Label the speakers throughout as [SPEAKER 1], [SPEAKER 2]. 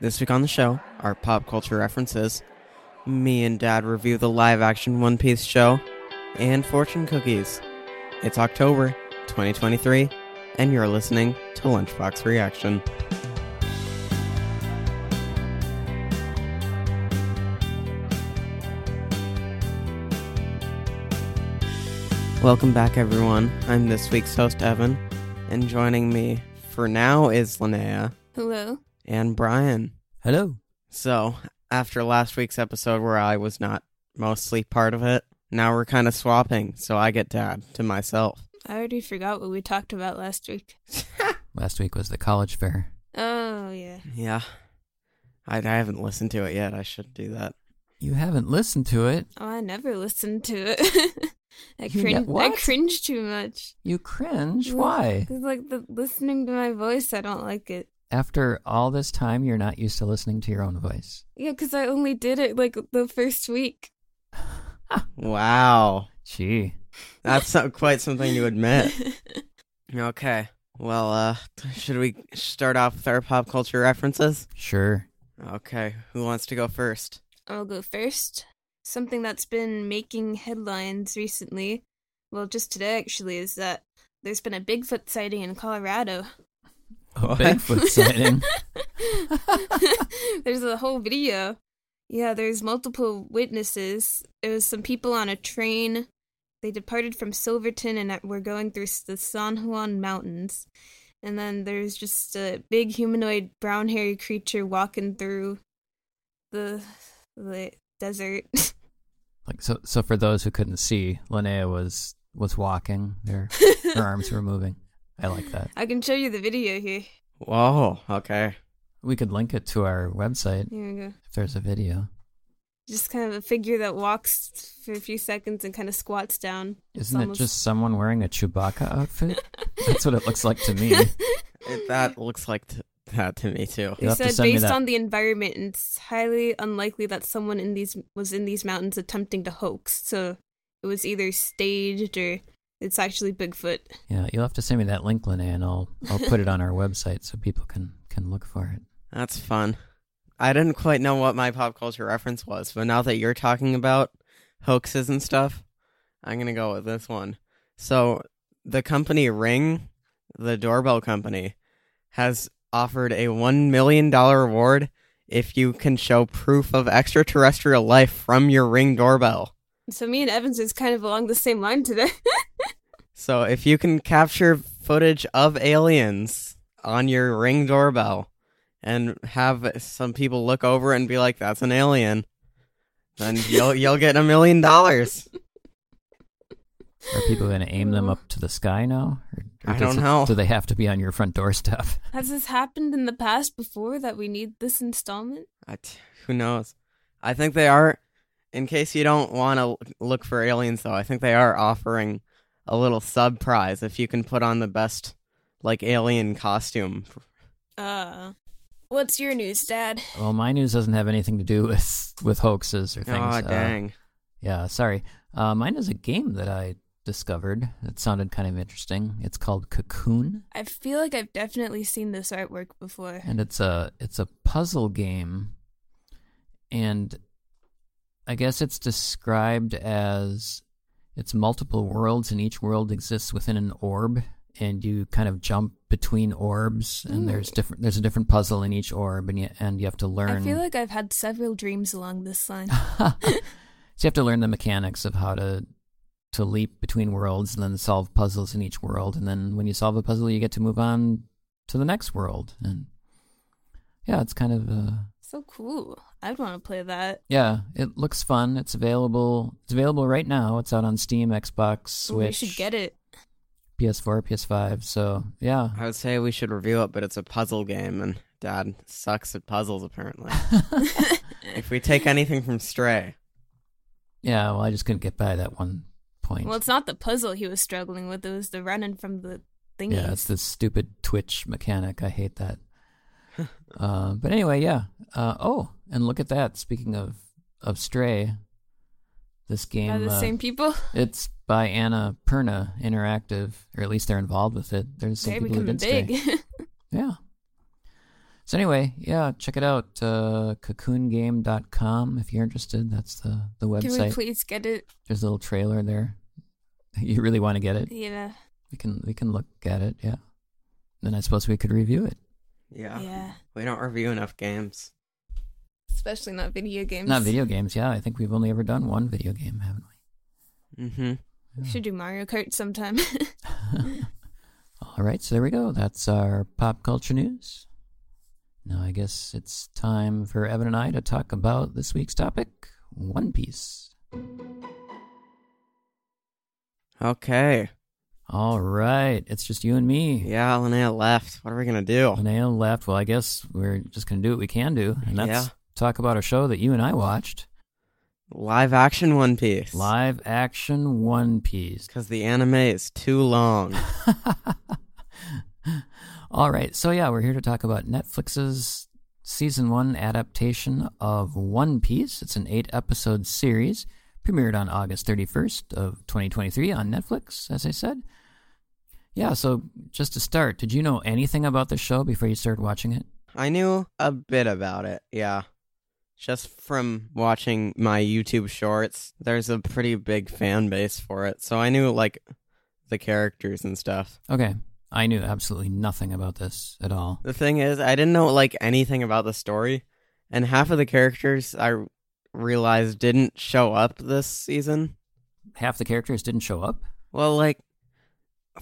[SPEAKER 1] This week on the show, our pop culture references. Me and Dad review the live action One Piece show and fortune cookies. It's October 2023, and you're listening to Lunchbox Reaction. Welcome back, everyone. I'm this week's host, Evan, and joining me for now is Linnea
[SPEAKER 2] Hello.
[SPEAKER 1] and Brian.
[SPEAKER 3] Hello.
[SPEAKER 1] So, after last week's episode where I was not mostly part of it, now we're kind of swapping, so I get dad to myself.
[SPEAKER 2] I already forgot what we talked about last week.
[SPEAKER 3] Last week was the college fair.
[SPEAKER 2] Oh, yeah.
[SPEAKER 1] Yeah. I, I haven't listened to it yet. I should do that.
[SPEAKER 3] You haven't listened to it.
[SPEAKER 2] Oh, I never listened to it. I
[SPEAKER 3] You
[SPEAKER 2] cringe.
[SPEAKER 3] ne-
[SPEAKER 2] I
[SPEAKER 3] what?
[SPEAKER 2] cringe too much.
[SPEAKER 3] You cringe. Why?
[SPEAKER 2] 'Cause, like the listening to my voice, I don't like it.
[SPEAKER 3] After all this time, you're not used to listening to your own voice.
[SPEAKER 2] Yeah, because I only did it like the first week.
[SPEAKER 1] Wow.
[SPEAKER 3] Gee.
[SPEAKER 1] That's not quite something to admit. Okay. Well, uh, should we start off with our pop culture references?
[SPEAKER 3] Sure.
[SPEAKER 1] Okay. Who wants to go first?
[SPEAKER 2] I'll go first. Something that's been making headlines recently, well, just today actually, is that there's been a Bigfoot sighting in Colorado.
[SPEAKER 3] A Bigfoot sighting.
[SPEAKER 2] there's a whole video. Yeah, there's multiple witnesses. It was some people on a train. They departed from Silverton and were going through the San Juan Mountains. And then there's just a big humanoid brown hairy creature walking through the the desert.
[SPEAKER 3] Like so. So for those who couldn't see, Linnea was was walking. Their her arms were moving. I like that.
[SPEAKER 2] I can show you the video here.
[SPEAKER 1] Whoa. Okay.
[SPEAKER 3] We could link it to our website
[SPEAKER 2] Here we go.
[SPEAKER 3] if there's a video.
[SPEAKER 2] Just kind of a figure that walks for a few seconds and kind of squats down. It's
[SPEAKER 3] Isn't
[SPEAKER 2] almost-
[SPEAKER 3] it just someone wearing a Chewbacca outfit? That's what it looks like to me.
[SPEAKER 1] It, that looks like t- that to me, too.
[SPEAKER 2] They
[SPEAKER 3] You'll have to
[SPEAKER 2] said
[SPEAKER 3] send me
[SPEAKER 2] based
[SPEAKER 3] that.
[SPEAKER 2] on the environment, it's highly unlikely that someone in these was in these mountains attempting to hoax. So it was either staged or it's actually Bigfoot.
[SPEAKER 3] Yeah, you'll have to send me that link, Linnea, and I'll I'll put it on our website so people can can look for it.
[SPEAKER 1] That's fun. I didn't quite know what my pop culture reference was, but now that you're talking about hoaxes and stuff, I'm going to go with this one. So, the company Ring, the doorbell company, has offered a $1 million reward if you can show proof of extraterrestrial life from your Ring doorbell.
[SPEAKER 2] So me and Evans is kind of along the same line today.
[SPEAKER 1] So, if you can capture footage of aliens on your Ring doorbell and have some people look over and be like, "That's an alien," then you'll you'll get a million dollars.
[SPEAKER 3] Are people going to aim them up to the sky now? Or,
[SPEAKER 1] I
[SPEAKER 3] does
[SPEAKER 1] don't
[SPEAKER 3] it-
[SPEAKER 1] know.
[SPEAKER 3] Do they have to be on your front doorstep?
[SPEAKER 2] Has this happened in the past before that we need this installment?
[SPEAKER 1] I t- who knows? I think they are. In case you don't want to look for aliens, though, I think they are offering a little sub prize if you can put on the best like alien costume.
[SPEAKER 2] Uh what's your news, Dad?
[SPEAKER 3] Well, my news doesn't have anything to do with with hoaxes or things.
[SPEAKER 1] Oh
[SPEAKER 3] Uh,
[SPEAKER 1] dang!
[SPEAKER 3] yeah, sorry. Uh, mine is a game that I discovered. It sounded kind of interesting. It's called Cocoon,
[SPEAKER 2] I feel like I've definitely seen this artwork before.
[SPEAKER 3] and it's a it's a puzzle game, and I guess it's described as it's multiple worlds, and each world exists within an orb, and you kind of jump between orbs and
[SPEAKER 2] Mm.
[SPEAKER 3] there's different there's a different puzzle in each orb and you, and you have to
[SPEAKER 2] I
[SPEAKER 3] learn
[SPEAKER 2] feel like I've had several dreams along this line.
[SPEAKER 3] so you have to learn the mechanics of how to to leap between worlds and then solve puzzles in each world and then when you solve a puzzle you get to move on to the next world and yeah it's kind of uh
[SPEAKER 2] so cool. I'd want to play that.
[SPEAKER 3] yeah it looks fun it's available it's available right now it's out on steam xbox
[SPEAKER 2] Ooh, We
[SPEAKER 3] switch
[SPEAKER 2] should get it.
[SPEAKER 3] ps4 ps5 so yeah
[SPEAKER 1] I would say we should review it, but it's a puzzle game, and Dad sucks at puzzles, apparently. if we take anything from Stray,
[SPEAKER 3] yeah well i just couldn't get by that one point
[SPEAKER 2] Well, it's not the puzzle he was struggling with. It was the running from the thingies.
[SPEAKER 3] Yeah, it's this stupid Twitch mechanic. I hate that. uh, but anyway, yeah. Uh, oh, and look at that. Speaking of of Stray, this game
[SPEAKER 2] Are the
[SPEAKER 3] uh,
[SPEAKER 2] same people?
[SPEAKER 3] it's by Anna Perna Interactive, or at least they're involved with it. They're the same
[SPEAKER 2] They're
[SPEAKER 3] people who
[SPEAKER 2] becoming
[SPEAKER 3] did Stray.
[SPEAKER 2] big.
[SPEAKER 3] Yeah. So anyway, yeah, check it out. Uh, cocoongame.com if you're interested. That's the the
[SPEAKER 2] Can we
[SPEAKER 3] website.
[SPEAKER 2] please get it?
[SPEAKER 3] There's a little trailer there. You really want to get it?
[SPEAKER 2] Yeah.
[SPEAKER 3] We can we can look at it. Yeah. Then I suppose we could review it.
[SPEAKER 1] yeah,
[SPEAKER 2] Yeah.
[SPEAKER 1] we don't review enough games.
[SPEAKER 2] Especially not video games.
[SPEAKER 3] Not video games, yeah. I think we've only ever done one video game, haven't
[SPEAKER 1] Mm-hmm.
[SPEAKER 3] we?
[SPEAKER 2] We should do Mario Kart sometime.
[SPEAKER 3] All right, so there we go. That's our pop culture news. Now I guess it's time for Evan and I to talk about this week's topic One Piece.
[SPEAKER 1] Okay.
[SPEAKER 3] All right, it's just you and me.
[SPEAKER 1] Yeah, Linnea left. What are we gonna do?
[SPEAKER 3] Linnea left. Well, I guess we're just going to do what we can do, and that's
[SPEAKER 1] Yeah.
[SPEAKER 3] talk about a show that you and I watched
[SPEAKER 1] Live action One Piece.
[SPEAKER 3] live action One Piece.
[SPEAKER 1] Because the anime is too long.
[SPEAKER 3] All right, so yeah, we're here to talk about Netflix's season one adaptation of One Piece. It's an eight episode series, premiered on August 31st of 2023 on Netflix, as I said. Yeah, so just to start, did you know anything about the show before you started watching it?
[SPEAKER 1] I knew a bit about it, yeah. Just from watching my YouTube shorts, there's a pretty big fan base for it. So I knew, like, the characters and stuff.
[SPEAKER 3] Okay, I knew absolutely nothing about this at all.
[SPEAKER 1] The thing is, I didn't know, like, anything about the story. And half of the characters I realized didn't show up this season.
[SPEAKER 3] Half the characters didn't show up.
[SPEAKER 1] Well, like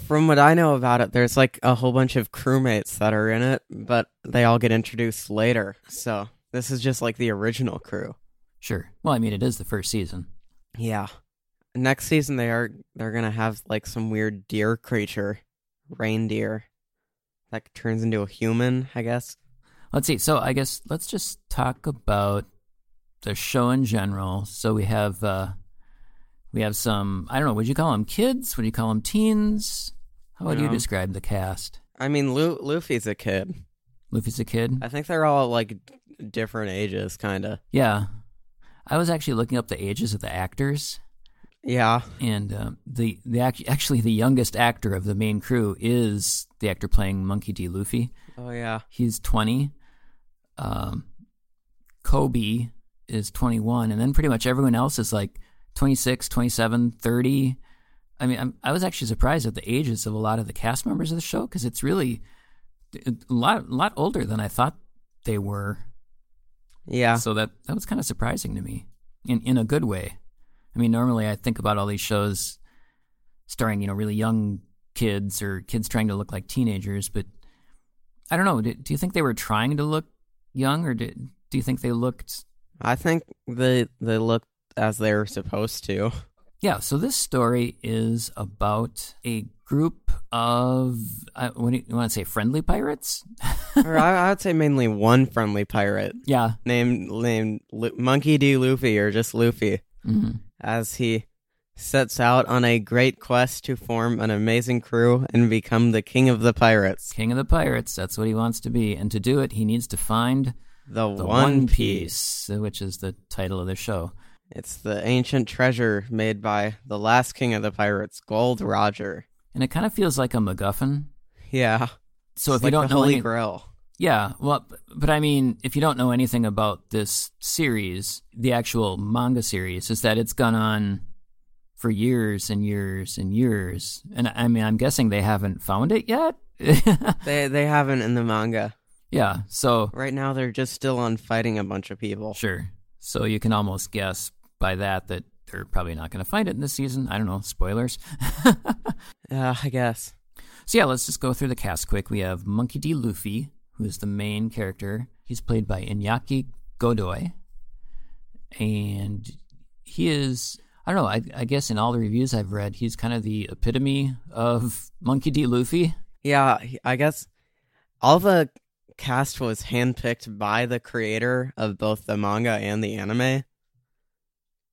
[SPEAKER 1] from what I know about it, there's like a whole bunch of crewmates that are in it, but they all get introduced later. So this is just like the original crew.
[SPEAKER 3] Sure. Well, I mean, it is the first season.
[SPEAKER 1] Yeah. Next season they are they're gonna have like some weird deer creature, reindeer, that turns into a human. I guess.
[SPEAKER 3] Let's see. So I guess let's just talk about the show in general. So we have uh we have some I don't know, would you call them kids? Would you call them teens? How would you
[SPEAKER 1] Yeah.
[SPEAKER 3] describe the cast?
[SPEAKER 1] I mean, Lu- Luffy's a kid.
[SPEAKER 3] Luffy's a kid?
[SPEAKER 1] I think they're all like d- different ages, kind of.
[SPEAKER 3] Yeah. I was actually looking up the ages of the actors
[SPEAKER 1] Yeah.
[SPEAKER 3] and uh, the the act- actually the youngest actor of the main crew is the actor playing Monkey D. Luffy.
[SPEAKER 1] Oh yeah.
[SPEAKER 3] He's 20. Um, Kobe is 21. And then pretty much everyone else is like 26, 27, 30. I mean, I'm, I was actually surprised at the ages of a lot of the cast members of the show because it's really a lot, lot older than I thought they were.
[SPEAKER 1] Yeah.
[SPEAKER 3] So that, that was kind of surprising to me in, in a good way. I mean, normally I think about all these shows starring, you know, really young kids or kids trying to look like teenagers, but I don't know. Do, do you think they were trying to look young or did, do you think they looked.
[SPEAKER 1] I think they they looked as they were supposed to.
[SPEAKER 3] Yeah, so this story is about a group of, I, what do you, you want to say, friendly pirates?
[SPEAKER 1] or I, I would say mainly one friendly pirate
[SPEAKER 3] Yeah.
[SPEAKER 1] named named Lu- Monkey D. Luffy or just Luffy,
[SPEAKER 3] hmm
[SPEAKER 1] as he sets out on a great quest to form an amazing crew and become the king of the pirates,
[SPEAKER 3] King of the Pirates, that's what he wants to be. And to do it, he needs to find
[SPEAKER 1] the,
[SPEAKER 3] the
[SPEAKER 1] One,
[SPEAKER 3] One
[SPEAKER 1] Piece.
[SPEAKER 3] Piece, uh, which is the title of the show.
[SPEAKER 1] It's the ancient treasure made by the last king of the pirates, Gold Roger.
[SPEAKER 3] and it kind of feels like a MacGuffin.
[SPEAKER 1] Yeah.
[SPEAKER 3] So
[SPEAKER 1] It's
[SPEAKER 3] if
[SPEAKER 1] like
[SPEAKER 3] you don't
[SPEAKER 1] the
[SPEAKER 3] know,
[SPEAKER 1] Holy
[SPEAKER 3] any-
[SPEAKER 1] Grail.
[SPEAKER 3] yeah, well, b- but I mean, if you don't know anything about this series, the actual manga series is that it's gone on for years and years and years. And I mean, I'm guessing they haven't found it yet.
[SPEAKER 1] They they haven't in the manga.
[SPEAKER 3] yeah, so
[SPEAKER 1] Right now they're just still on fighting a bunch of people.
[SPEAKER 3] sure. So you can almost guess by that that they're probably not going to find it in this season. I don't know, spoilers.
[SPEAKER 1] Uh, I guess.
[SPEAKER 3] So yeah, let's just go through the cast quick. We have Monkey D. Luffy, who is the main character. He's played by Inyaki Godoy, and he is. I don't know. I, I guess in all the reviews I've read, he's kind of the epitome of Monkey D. Luffy.
[SPEAKER 1] Yeah, he- I guess all the cast was handpicked by the creator of both the manga and the anime.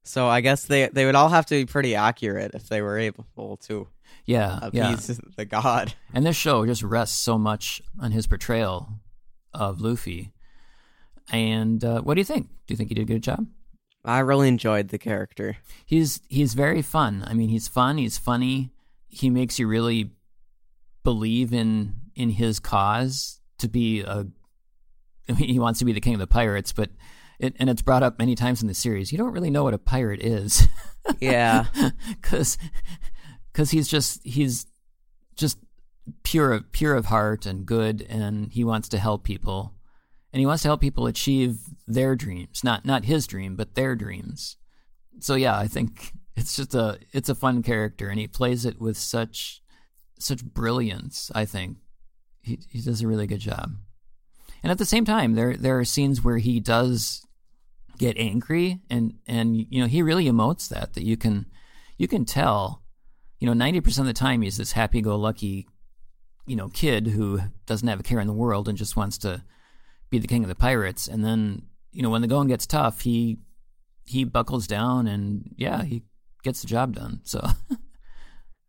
[SPEAKER 1] So I guess they they would all have to be pretty accurate if they were able to
[SPEAKER 3] Yeah, yeah.
[SPEAKER 1] appease the god.
[SPEAKER 3] And this show just rests so much on his portrayal of Luffy. And uh, what do you think? Do you think he did a good job?
[SPEAKER 1] I really enjoyed the character.
[SPEAKER 3] he's he's very fun. I mean, he's fun. He's funny. He makes you really believe in in his cause to be a. I mean, he wants to be the king of the pirates, but it, and it's brought up many times in the series. You don't really know what a pirate is,
[SPEAKER 1] Yeah.
[SPEAKER 3] because he's just he's just pure of pure of heart and good, and he wants to help people, and he wants to help people achieve their dreams, not not his dream, but their dreams so yeah, I think it's just a it's a fun character, and he plays it with such such brilliance. I think he he does a really good job. And at the same time, there there are scenes where he does get angry, and and you know he really emotes that that you can you can tell. You know, ninety percent of the time he's this happy go lucky, you know, kid who doesn't have a care in the world and just wants to be the king of the pirates. And then you know when the going gets tough, he he buckles down and yeah, he gets the job done. So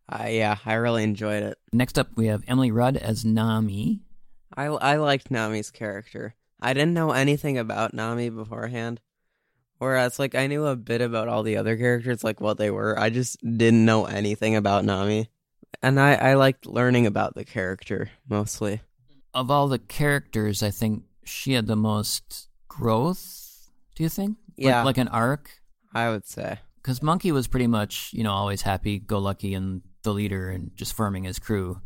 [SPEAKER 1] I, yeah, I really enjoyed it.
[SPEAKER 3] next up we have Emily Rudd as Nami.
[SPEAKER 1] I, I liked Nami's character. I didn't know anything about Nami beforehand. Whereas, like, I knew a bit about all the other characters, like what they were. I just didn't know anything about Nami. And I, I liked learning about the character mostly.
[SPEAKER 3] Of all the characters, I think she had the most growth. Do you think? Like-
[SPEAKER 1] Yeah.
[SPEAKER 3] like, an arc.
[SPEAKER 1] I would say.
[SPEAKER 3] Because Monkey was pretty much you know always happy go lucky and the leader and just forming his crew.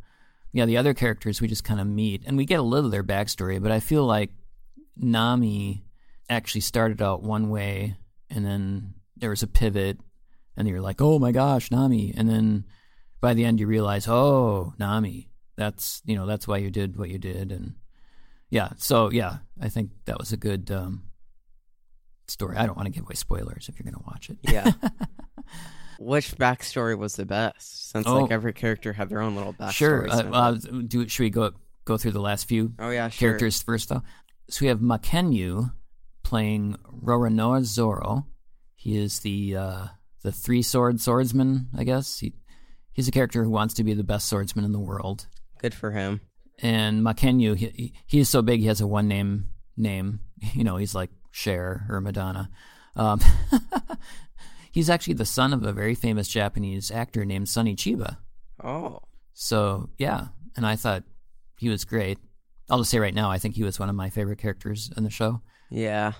[SPEAKER 3] Yeah, the other characters we just kind of meet and we get a little of their backstory, but I feel like Nami actually started out one way and then there was a pivot and you're like, "Oh my gosh, Nami." And then by the end you realize, "Oh, Nami. That's, you know, that's why you did what you did." And yeah, so yeah, I think that was a good um story. I don't want to give away spoilers if you're going to watch it.
[SPEAKER 1] Yeah. Which backstory was the best? Since, like,
[SPEAKER 3] Oh.
[SPEAKER 1] every character had their own little backstory.
[SPEAKER 3] sure. Uh,
[SPEAKER 1] so-
[SPEAKER 3] uh, do should we go go through the last few
[SPEAKER 1] oh, yeah, sure.
[SPEAKER 3] characters first, though. So we have Makenyu playing Roronoa Zoro. He is the uh, the three sword swordsman, I guess. He he's a character who wants to be the best swordsman in the world.
[SPEAKER 1] Good for him.
[SPEAKER 3] And Makenyu, he, he he's so big he has a one name name. You know, he's like Cher or Madonna. Um, he's actually the son of a very famous Japanese actor named Sonny Chiba.
[SPEAKER 1] Oh.
[SPEAKER 3] So yeah, and I thought he was great. I'll just say right now, I think he was one of my favorite characters in the show.
[SPEAKER 1] Yeah.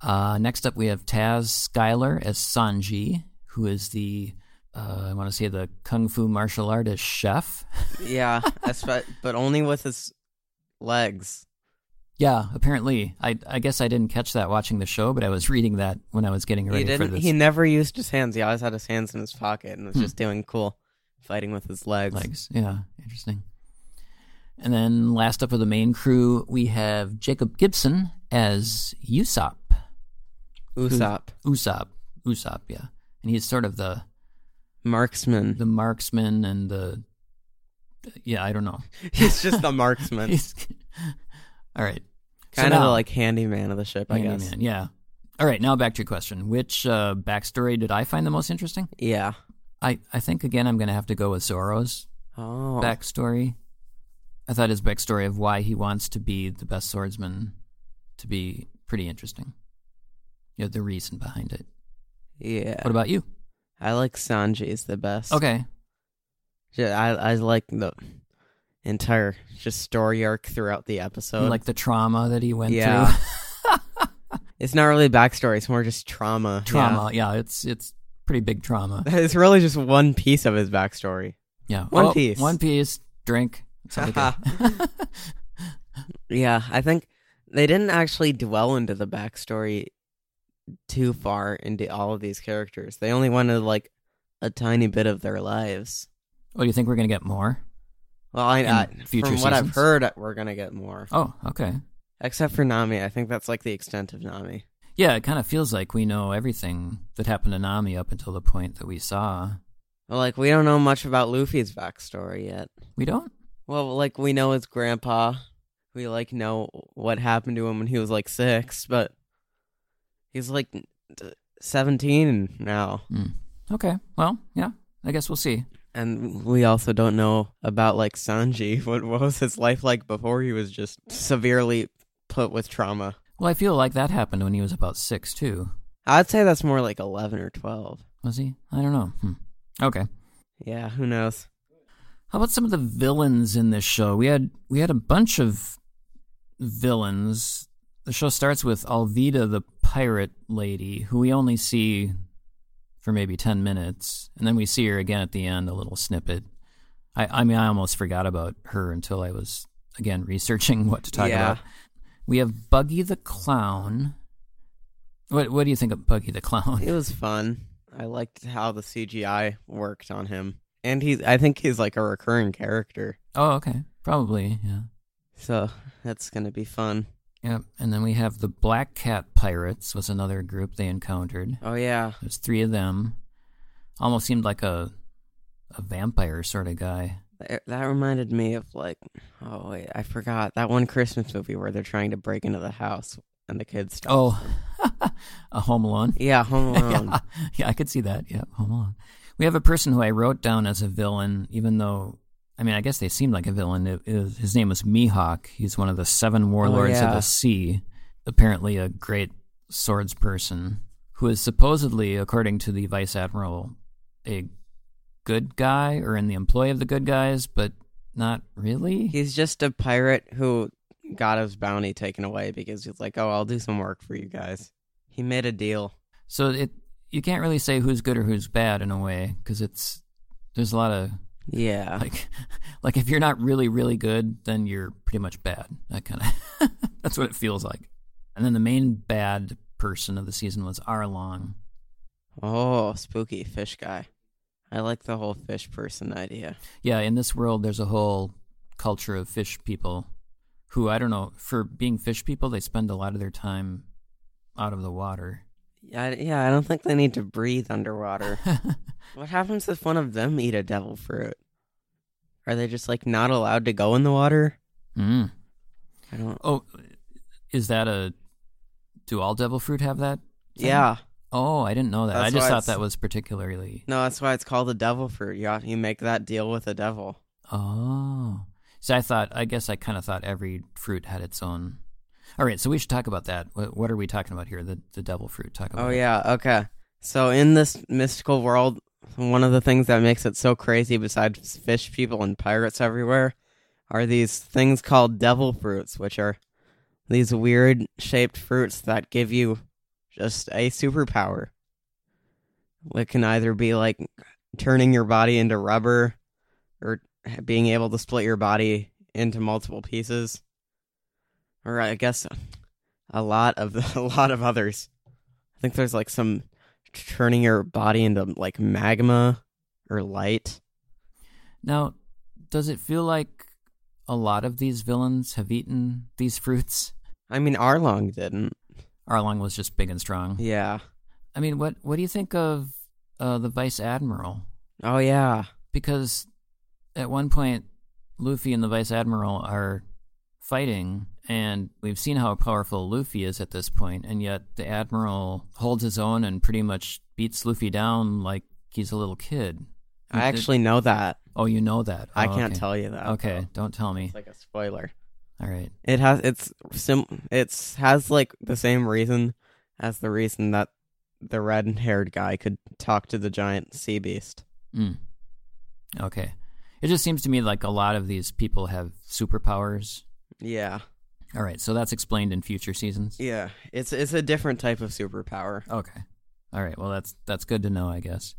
[SPEAKER 3] Uh, next up, we have Taz Skylar as Sanji, who is the uh, I want to say the kung fu martial artist chef.
[SPEAKER 1] Yeah. espe- but only with his legs.
[SPEAKER 3] yeah, apparently, I I guess I didn't catch that watching the show, but I was reading that when I was getting
[SPEAKER 1] He
[SPEAKER 3] ready for
[SPEAKER 1] didn't.
[SPEAKER 3] this.
[SPEAKER 1] He never used his hands. He always had his hands in his pocket and was
[SPEAKER 3] Hmm.
[SPEAKER 1] just doing cool fighting with his legs.
[SPEAKER 3] legs. Yeah, interesting. And then last up of the main crew, we have Jacob Gibson as Usopp.
[SPEAKER 1] Usopp,
[SPEAKER 3] Usopp. Usopp, yeah. And he's sort of the
[SPEAKER 1] marksman.
[SPEAKER 3] the marksman and the yeah, I don't know.
[SPEAKER 1] He's just the marksman,
[SPEAKER 3] He's- All right. So
[SPEAKER 1] kind of the
[SPEAKER 3] now-
[SPEAKER 1] like handyman of the ship, I guess.
[SPEAKER 3] Handyman, yeah. All right, now back to your question. Which uh, backstory did I find the most interesting?
[SPEAKER 1] Yeah.
[SPEAKER 3] I, I think again I'm going to have to go with Zoro's
[SPEAKER 1] Oh.
[SPEAKER 3] backstory. I thought his backstory of why he wants to be the best swordsman to be pretty interesting. You know, the reason behind it.
[SPEAKER 1] Yeah.
[SPEAKER 3] What about you?
[SPEAKER 1] I like Sanji's the best.
[SPEAKER 3] Okay.
[SPEAKER 1] Ju- I I like the entire just story arc throughout the episode.
[SPEAKER 3] like the trauma that he went
[SPEAKER 1] Yeah.
[SPEAKER 3] through.
[SPEAKER 1] it's not really backstory. It's more just trauma.
[SPEAKER 3] trauma. Yeah. it's it's pretty big trauma.
[SPEAKER 1] It's really just one piece of his backstory.
[SPEAKER 3] Yeah.
[SPEAKER 1] One
[SPEAKER 3] Oh,
[SPEAKER 1] Piece.
[SPEAKER 3] One Piece. Drink. That's all we got.
[SPEAKER 1] Yeah, I think they didn't actually dwell into the backstory too far into all of these characters. They only wanted like a tiny bit of their lives.
[SPEAKER 3] oh, do you think we're gonna get more?
[SPEAKER 1] Well, I,
[SPEAKER 3] In
[SPEAKER 1] I
[SPEAKER 3] future
[SPEAKER 1] from what I've
[SPEAKER 3] seasons?
[SPEAKER 1] heard, uh, we're gonna get more,
[SPEAKER 3] Oh, okay.
[SPEAKER 1] except for Nami. I think that's like the extent of Nami.
[SPEAKER 3] Yeah, it kind of feels like we know everything that happened to Nami up until the point that we saw.
[SPEAKER 1] Well, like we don't know much about Luffy's backstory yet.
[SPEAKER 3] We don't.
[SPEAKER 1] Well, like we know his grandpa. We like know what happened to him when he was like six, but he's like d- seventeen now.
[SPEAKER 3] Hmm. Okay. Well, yeah. I guess we'll see.
[SPEAKER 1] And we also don't know about like Sanji. What, what was his life like before he was just severely put with trauma?
[SPEAKER 3] Well, I feel like that happened when he was about six too.
[SPEAKER 1] I'd say that's more like 11 or 12.
[SPEAKER 3] Was he? I don't know. Hmm. Okay.
[SPEAKER 1] Yeah, who knows?
[SPEAKER 3] How about some of the villains in this show? We had we had a bunch of villains. The show starts with Alvida the pirate lady, who we only see for maybe ten minutes, and then we see her again at the end, a little snippet. I, I mean, I almost forgot about her until I was again researching what to talk
[SPEAKER 1] Yeah.
[SPEAKER 3] about. We have Buggy the clown. What what do you think of Buggy the clown?
[SPEAKER 1] It was fun. I liked how the CGI worked on him. And he's, I think he's like a recurring character.
[SPEAKER 3] Oh, okay, probably yeah.
[SPEAKER 1] So that's going to be fun.
[SPEAKER 3] Yep. And then we have the Black Cat Pirates was another group they encountered.
[SPEAKER 1] Oh, yeah.
[SPEAKER 3] There's three of them. Almost seemed like a a vampire sort of guy.
[SPEAKER 1] That, that reminded me of like, oh, wait, I forgot that one Christmas movie where they're trying to break into the house and the kids stop.
[SPEAKER 3] Oh, a Home Alone.
[SPEAKER 1] Yeah, Home Alone.
[SPEAKER 3] yeah, yeah, I could see that. Yeah, Home Alone. We have a person who I wrote down as a villain, even though I mean, I guess they seemed like a villain. It, it was- his name was Mihawk. He's one of the seven warlords of
[SPEAKER 1] yeah.
[SPEAKER 3] the sea. Apparently, a great swords person who is supposedly, according to the vice admiral, a good guy or in the employ of the good guys, but not really.
[SPEAKER 1] He's just a pirate who got his bounty taken away because he's like, oh, I'll do some work for you guys. He made a deal.
[SPEAKER 3] so it you can't really say who's good or who's bad in a way because it's there's a lot of
[SPEAKER 1] Yeah.
[SPEAKER 3] like like if you're not really really good then you're pretty much bad that kind of that's what it feels like and then the main bad person of the season was arlong
[SPEAKER 1] Oh, spooky fish guy. I like the whole fish person idea.
[SPEAKER 3] yeah in this world there's a whole culture of fish people who i don't know for being fish people they spend a lot of their time out of the water
[SPEAKER 1] Yeah, I, yeah, I don't think they need to breathe underwater. what happens if one of them eat a devil fruit? Are they just like not allowed to go in the water?
[SPEAKER 3] mm.
[SPEAKER 1] I don't.
[SPEAKER 3] oh is that a do all devil fruit have that
[SPEAKER 1] Yeah,
[SPEAKER 3] oh i didn't know that i
[SPEAKER 1] That's
[SPEAKER 3] just
[SPEAKER 1] why
[SPEAKER 3] thought
[SPEAKER 1] it's-
[SPEAKER 3] that was particularly
[SPEAKER 1] no, that's why it's called the devil fruit. You you make that deal with the devil.
[SPEAKER 3] Oh. So I thought, I guess I kind of thought every fruit had its own. All right, so we should talk about that. What, what are we talking about here? The the devil fruit. Talk about.
[SPEAKER 1] Oh
[SPEAKER 3] it.
[SPEAKER 1] yeah, okay. So in this mystical world, one of the things that makes it so crazy besides fish people and pirates everywhere are these things called devil fruits, which are these weird shaped fruits that give you just a superpower. It can either be like turning your body into rubber or being able to split your body into multiple pieces. Or I guess a lot of a lot of others. I think there's like some turning your body into like magma or light.
[SPEAKER 3] Now, does it feel like a lot of these villains have eaten these fruits?
[SPEAKER 1] I mean, Arlong didn't.
[SPEAKER 3] Arlong was just big and strong.
[SPEAKER 1] Yeah.
[SPEAKER 3] I mean, what what do you think of uh, the vice admiral?
[SPEAKER 1] Oh yeah.
[SPEAKER 3] Because at one point, Luffy and the vice admiral are fighting, and we've seen how powerful Luffy is at this point, and yet the admiral holds his own and pretty much beats Luffy down like he's a little kid.
[SPEAKER 1] I actually know that.
[SPEAKER 3] Oh, you know that.
[SPEAKER 1] I
[SPEAKER 3] Oh,
[SPEAKER 1] can't
[SPEAKER 3] okay.
[SPEAKER 1] tell you that.
[SPEAKER 3] Okay, don't tell me.
[SPEAKER 1] It's like a spoiler.
[SPEAKER 3] All right.
[SPEAKER 1] It has it's sim it's has like the same reason as the reason that the red-haired guy could talk to the giant sea beast.
[SPEAKER 3] Mm. Okay. It just seems to me like a lot of these people have superpowers.
[SPEAKER 1] Yeah.
[SPEAKER 3] All right, so that's explained in future seasons.
[SPEAKER 1] Yeah. It's it's a different type of superpower.
[SPEAKER 3] Okay. All right. Well, that's that's good to know, I guess.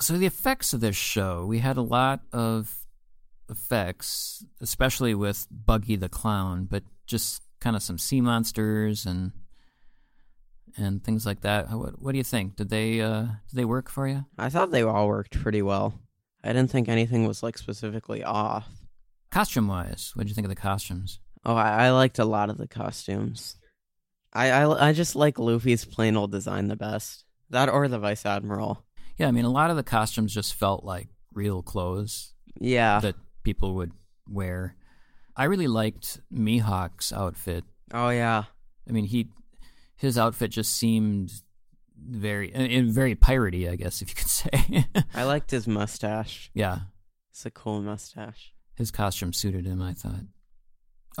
[SPEAKER 3] So the effects of this show, we had a lot of effects, especially with Buggy the Clown, but just kind of some sea monsters and and things like that. How- What, what do you think? Did they uh, did they work for you?
[SPEAKER 1] I thought they all worked pretty well. I didn't think anything was like specifically off.
[SPEAKER 3] Costume wise, what did you think of the costumes?
[SPEAKER 1] Oh, I, I liked a lot of the costumes. I, I I just like Luffy's plain old design the best. That or the Vice Admiral.
[SPEAKER 3] Yeah, I mean, a lot of the costumes just felt like real clothes
[SPEAKER 1] Yeah.
[SPEAKER 3] that people would wear. I really liked Mihawk's outfit.
[SPEAKER 1] oh yeah.
[SPEAKER 3] I mean, he his outfit just seemed very and- and very piratey, I guess if you could say.
[SPEAKER 1] I liked his mustache.
[SPEAKER 3] yeah,
[SPEAKER 1] It's a cool mustache.
[SPEAKER 3] his costume suited him, I thought.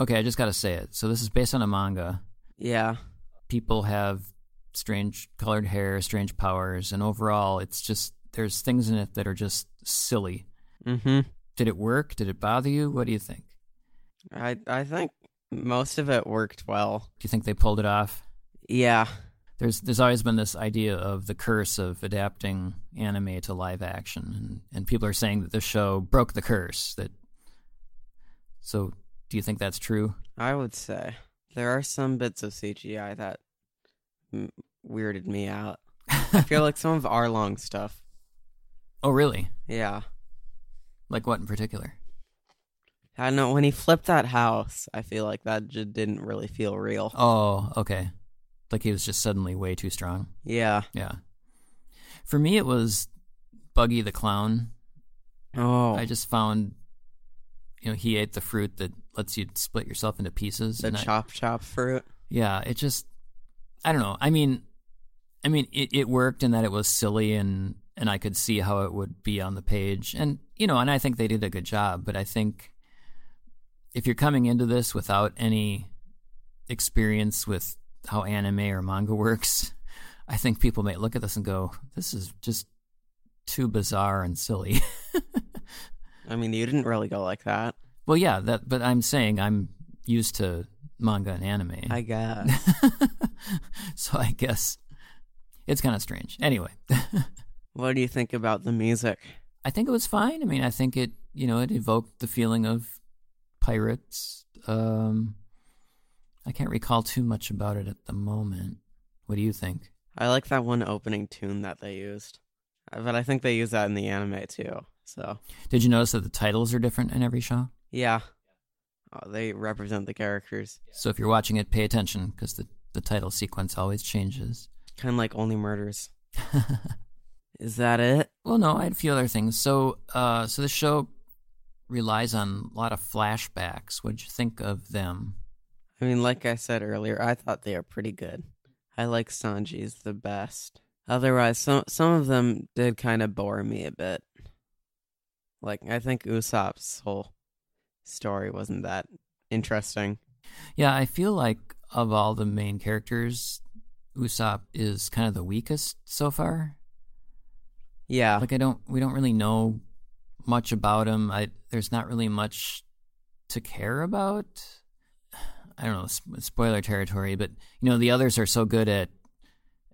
[SPEAKER 3] Okay, I just got to say it. So this is based on a manga.
[SPEAKER 1] Yeah.
[SPEAKER 3] People have strange colored hair, strange powers, and overall it's just there's things in it that are just silly.
[SPEAKER 1] Mm-hmm.
[SPEAKER 3] Did it work? Did it bother you? What do you think?
[SPEAKER 1] I I think most of it worked well.
[SPEAKER 3] Do you think they pulled it off?
[SPEAKER 1] Yeah.
[SPEAKER 3] there's there's always been this idea of the curse of adapting anime to live action, and, and people are saying that this show broke the curse. That so, do you think that's true?
[SPEAKER 1] I would say there are some bits of CGI that m- weirded me out. I feel like some of Arlong stuff.
[SPEAKER 3] oh, really?
[SPEAKER 1] Yeah.
[SPEAKER 3] Like what in particular?
[SPEAKER 1] I don't know when he flipped that house, I feel like that just didn't really feel real.
[SPEAKER 3] Oh, okay. Like he was just suddenly way too strong.
[SPEAKER 1] Yeah.
[SPEAKER 3] Yeah. For me, it was Buggy the Clown.
[SPEAKER 1] Oh,
[SPEAKER 3] I just found, you know, he ate the fruit that lets you split yourself into pieces.
[SPEAKER 1] the
[SPEAKER 3] and I-
[SPEAKER 1] chop chop fruit.
[SPEAKER 3] yeah it just i don't know i mean i mean it, it worked in that it was silly and and i could see how it would be on the page and you know and i think they did a good job but i think if you're coming into this without any experience with how anime or manga works i think people might look at this and go this is just too bizarre and silly
[SPEAKER 1] I mean, you didn't really go like that.
[SPEAKER 3] well yeah that but i'm saying i'm used to manga and anime
[SPEAKER 1] I guess.
[SPEAKER 3] so I guess it's kind of strange. Anyway,
[SPEAKER 1] what do you think about the music?
[SPEAKER 3] I think it was fine. I mean, I think it, you know, it evoked the feeling of pirates. Um, I can't recall too much about it at the moment. What do you think?
[SPEAKER 1] I like that one opening tune that they used, Uh, but I think they use that in the anime too. So
[SPEAKER 3] Did you notice that the titles are different in every show?
[SPEAKER 1] yeah, oh, they represent the characters,
[SPEAKER 3] So if you're watching it, pay attention because the, the title sequence always changes.
[SPEAKER 1] kind of like Only Murders. Is that it?
[SPEAKER 3] Well, no, I had a few other things. So, uh, so the show relies on a lot of flashbacks. What did you think of them?
[SPEAKER 1] I mean, like I said earlier, I thought they are pretty good. I like Sanji's the best. Otherwise, some some of them did kind of bore me a bit. Like I think Usopp's whole story wasn't that interesting.
[SPEAKER 3] Yeah, I feel like of all the main characters, Usopp is kind of the weakest so far.
[SPEAKER 1] Yeah,
[SPEAKER 3] Like I don't we don't really know much about him. I there's not really much to care about. I don't know, sp- spoiler territory, but you know the others are so good at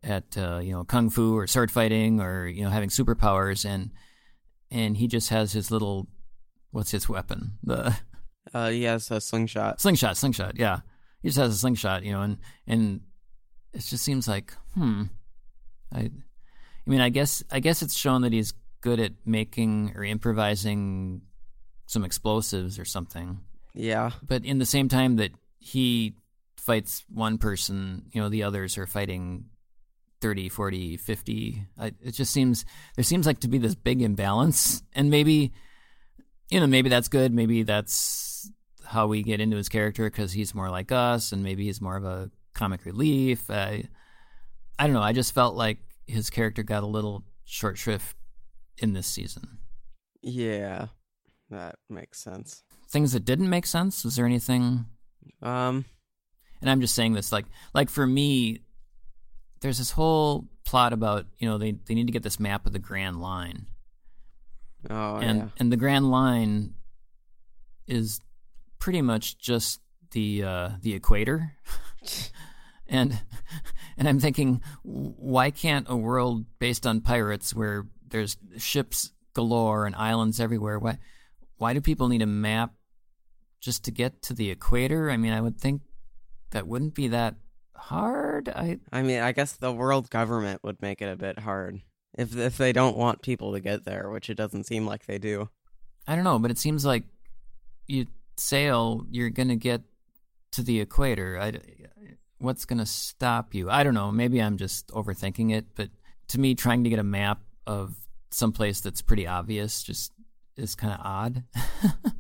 [SPEAKER 3] at uh, you know kung fu or sword fighting or you know having superpowers and and he just has his little what's his weapon? The
[SPEAKER 1] uh, he has a slingshot.
[SPEAKER 3] slingshot, slingshot. Yeah, he just has a slingshot, you know, and and it just seems like, hmm, I, I mean, I guess I guess it's shown that he's good at making or improvising some explosives or something,
[SPEAKER 1] Yeah,
[SPEAKER 3] but in the same time that he fights one person, you know, the others are fighting. 30 40 50 I, it just seems there seems like to be this big imbalance and maybe you know, maybe that's good. Maybe that's how we get into his character because he's more like us, and maybe he's more of a comic relief. I, I don't know. I just felt like his character got a little short shrift in this season.
[SPEAKER 1] yeah, that makes sense.
[SPEAKER 3] Things that didn't make sense. Was there anything?
[SPEAKER 1] Um,
[SPEAKER 3] And I'm just saying this, like, like for me, there's this whole plot about you know they they need to get this map of the Grand Line.
[SPEAKER 1] oh
[SPEAKER 3] and
[SPEAKER 1] yeah,
[SPEAKER 3] and the grand line is pretty much just the uh, the equator, and And I'm thinking, w- why can't a world based on pirates where there's ships galore and islands everywhere, why, why do people need a map just to get to the equator? I mean, I would think that wouldn't be that hard. I
[SPEAKER 1] I mean, I guess the world government would make it a bit hard if if they don't want people to get there, which it doesn't seem like they do.
[SPEAKER 3] I don't know, but it seems like you sail, you're gonna get to the equator. I, what's gonna stop you? I don't know. Maybe I'm just overthinking it, but to me, trying to get a map of some place that's pretty obvious just is kind of odd.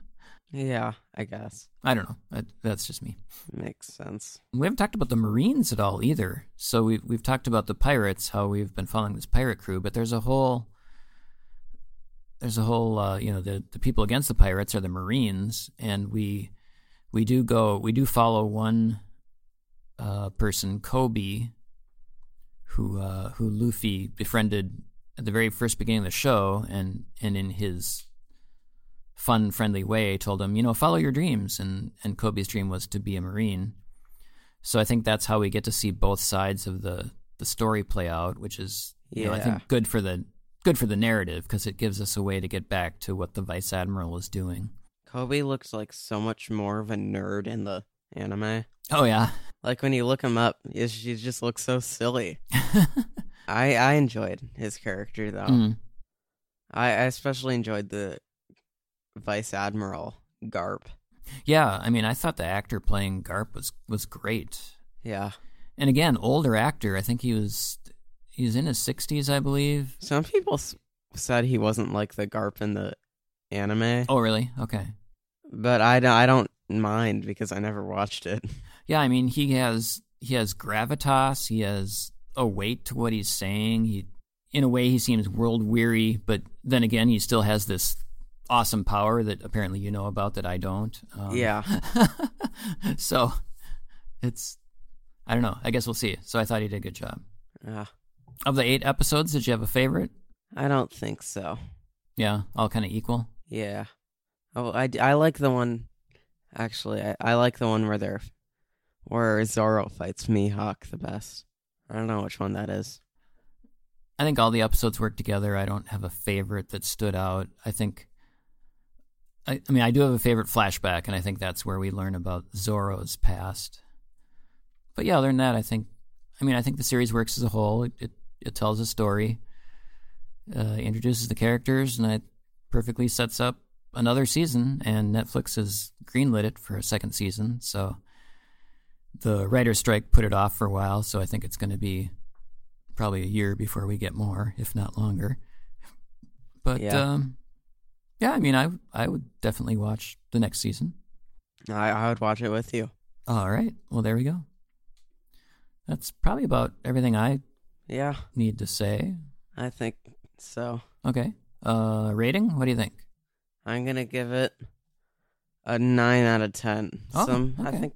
[SPEAKER 1] Yeah, I guess
[SPEAKER 3] I don't know. That, that's just me.
[SPEAKER 1] makes sense.
[SPEAKER 3] We haven't talked about the Marines at all either. So we've we've talked about the pirates, how we've been following this pirate crew, but there's a whole there's a whole uh, you know the the people against the pirates are the Marines, and we we do go we do follow one uh, person, Kobe, who uh, who Luffy befriended at the very first beginning of the show, and and in his fun friendly way told him you know follow your dreams and and Kobe's dream was to be a marine so I think that's how we get to see both sides of the the story play out, which is you know, I
[SPEAKER 1] Yeah.
[SPEAKER 3] think good for the good for the narrative because it gives us a way to get back to what the vice admiral is doing.
[SPEAKER 1] Kobe looks like so much more of a nerd in the anime.
[SPEAKER 3] Oh yeah,
[SPEAKER 1] Like when you look him up, he he just looks so silly. I I enjoyed his character though.
[SPEAKER 3] Mm.
[SPEAKER 1] I, I especially enjoyed the vice admiral Garp.
[SPEAKER 3] yeah. I mean, I thought the actor playing Garp was was great,
[SPEAKER 1] Yeah,
[SPEAKER 3] and again, older actor. I think he was he was in his sixties, I believe.
[SPEAKER 1] some people s- said he wasn't like the Garp in the anime,
[SPEAKER 3] Oh really? Okay.
[SPEAKER 1] but I don't, I don't mind because I never watched it.
[SPEAKER 3] Yeah, I mean, he has he has gravitas. He has a weight to what he's saying. He, in a way, he seems world weary, but then again, he still has this awesome power that apparently you know about that I don't. Um,
[SPEAKER 1] Yeah.
[SPEAKER 3] so it's I don't know. I guess we'll see. So I thought he did a good job.
[SPEAKER 1] Uh,
[SPEAKER 3] Of the eight episodes, did you have a favorite?
[SPEAKER 1] I don't think so.
[SPEAKER 3] Yeah, all kind of equal.
[SPEAKER 1] Yeah. Oh, I, d- I like the one. Actually, I, I like the one where they're where Zoro fights Mihawk the best. I don't know which one that is.
[SPEAKER 3] I think all the episodes work together. I don't have a favorite that stood out. I think, I, I mean, I do have a favorite flashback, and I think that's where we learn about Zorro's past. But yeah, other than that, I think, I mean, I think the series works as a whole. It it, it tells a story, uh, introduces the characters, and it perfectly sets up another season. And Netflix has greenlit it for a second season, so the writer's strike put it off for a while. So I think it's going to be probably a year before we get more, if not longer. But
[SPEAKER 1] Yeah.
[SPEAKER 3] yeah, um, yeah I mean, I I would definitely watch the next season.
[SPEAKER 1] I, I would watch it with you.
[SPEAKER 3] All right, well there we go. That's probably about everything I
[SPEAKER 1] Yeah,
[SPEAKER 3] need to say.
[SPEAKER 1] I think so.
[SPEAKER 3] Okay, uh, rating. What do you think?
[SPEAKER 1] I'm gonna give it a nine out of ten.
[SPEAKER 3] Oh,
[SPEAKER 1] Some I
[SPEAKER 3] okay.
[SPEAKER 1] think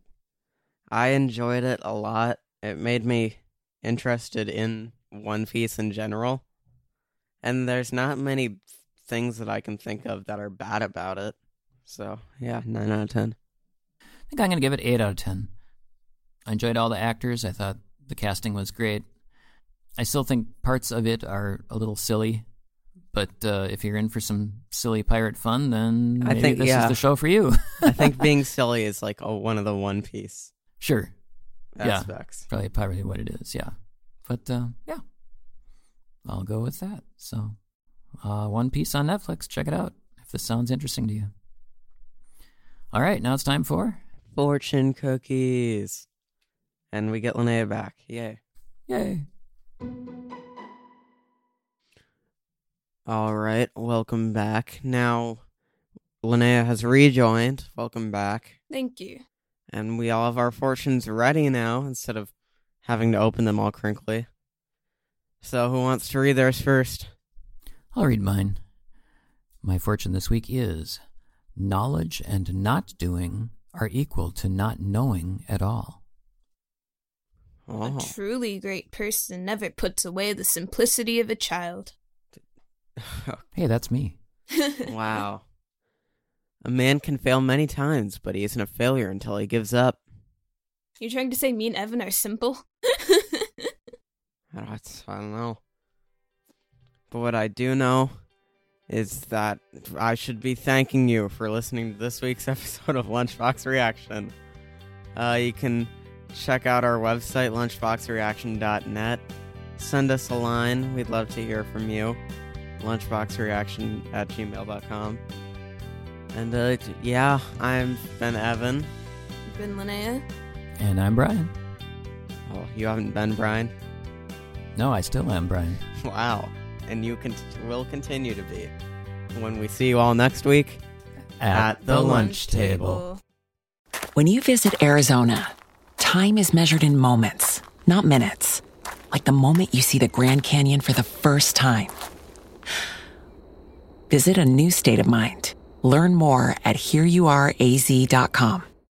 [SPEAKER 1] I enjoyed it a lot. It made me interested in One Piece in general, and there's not many things that I can think of that are bad about it. So yeah, nine out of ten.
[SPEAKER 3] I think I'm gonna give it eight out of ten. I enjoyed all the actors. I thought the casting was great. I still think parts of it are a little silly, but uh, if you're in for some silly pirate fun, then
[SPEAKER 1] I
[SPEAKER 3] maybe
[SPEAKER 1] think-
[SPEAKER 3] this
[SPEAKER 1] yeah.
[SPEAKER 3] is the show for you.
[SPEAKER 1] I think being silly is like oh, one of the One Piece
[SPEAKER 3] sure, Yeah.
[SPEAKER 1] aspects.
[SPEAKER 3] probably probably what it is. Yeah, but uh, yeah, I'll go with that. So, uh, One Piece on Netflix. Check it out if this sounds interesting to you. All right, now it's time for
[SPEAKER 1] Fortune cookies, and we get Linnea back. Yay!
[SPEAKER 3] yay.
[SPEAKER 1] All right, welcome back. Now, Linnea has rejoined. Welcome back.
[SPEAKER 2] Thank you.
[SPEAKER 1] And we all have our fortunes ready now instead of having to open them all crinkly. So, who wants to read theirs first?
[SPEAKER 3] I'll read mine. My fortune this week is knowledge and not doing are equal to not knowing at all.
[SPEAKER 1] Oh,
[SPEAKER 2] A truly great person never puts away the simplicity of a child.
[SPEAKER 3] Hey, that's me.
[SPEAKER 1] Oh, wow. A man can fail many times, but he isn't a failure until he gives up.
[SPEAKER 2] You're trying to say me and Evan are simple?
[SPEAKER 1] I don't, it's- I don't know. But what I do know is that I should be thanking you for listening to this week's episode of Lunchbox Reaction. Uh, you can check out our website, lunchboxreaction.net. Send us a line. We'd love to hear from you. Lunchboxreaction at gmail.com. And uh, yeah, I've been Evan.
[SPEAKER 2] Been Linnea.
[SPEAKER 3] And I'm Brian.
[SPEAKER 1] Oh, you haven't been Brian?
[SPEAKER 3] No, I still am Brian.
[SPEAKER 1] Wow. And you can will continue to be. When we see you all next week, At the lunch table.
[SPEAKER 4] When you visit Arizona, time is measured in moments, not minutes. Like the moment you see the Grand Canyon for the first time. Visit a new state of mind. Learn more at hereyouareaz.com.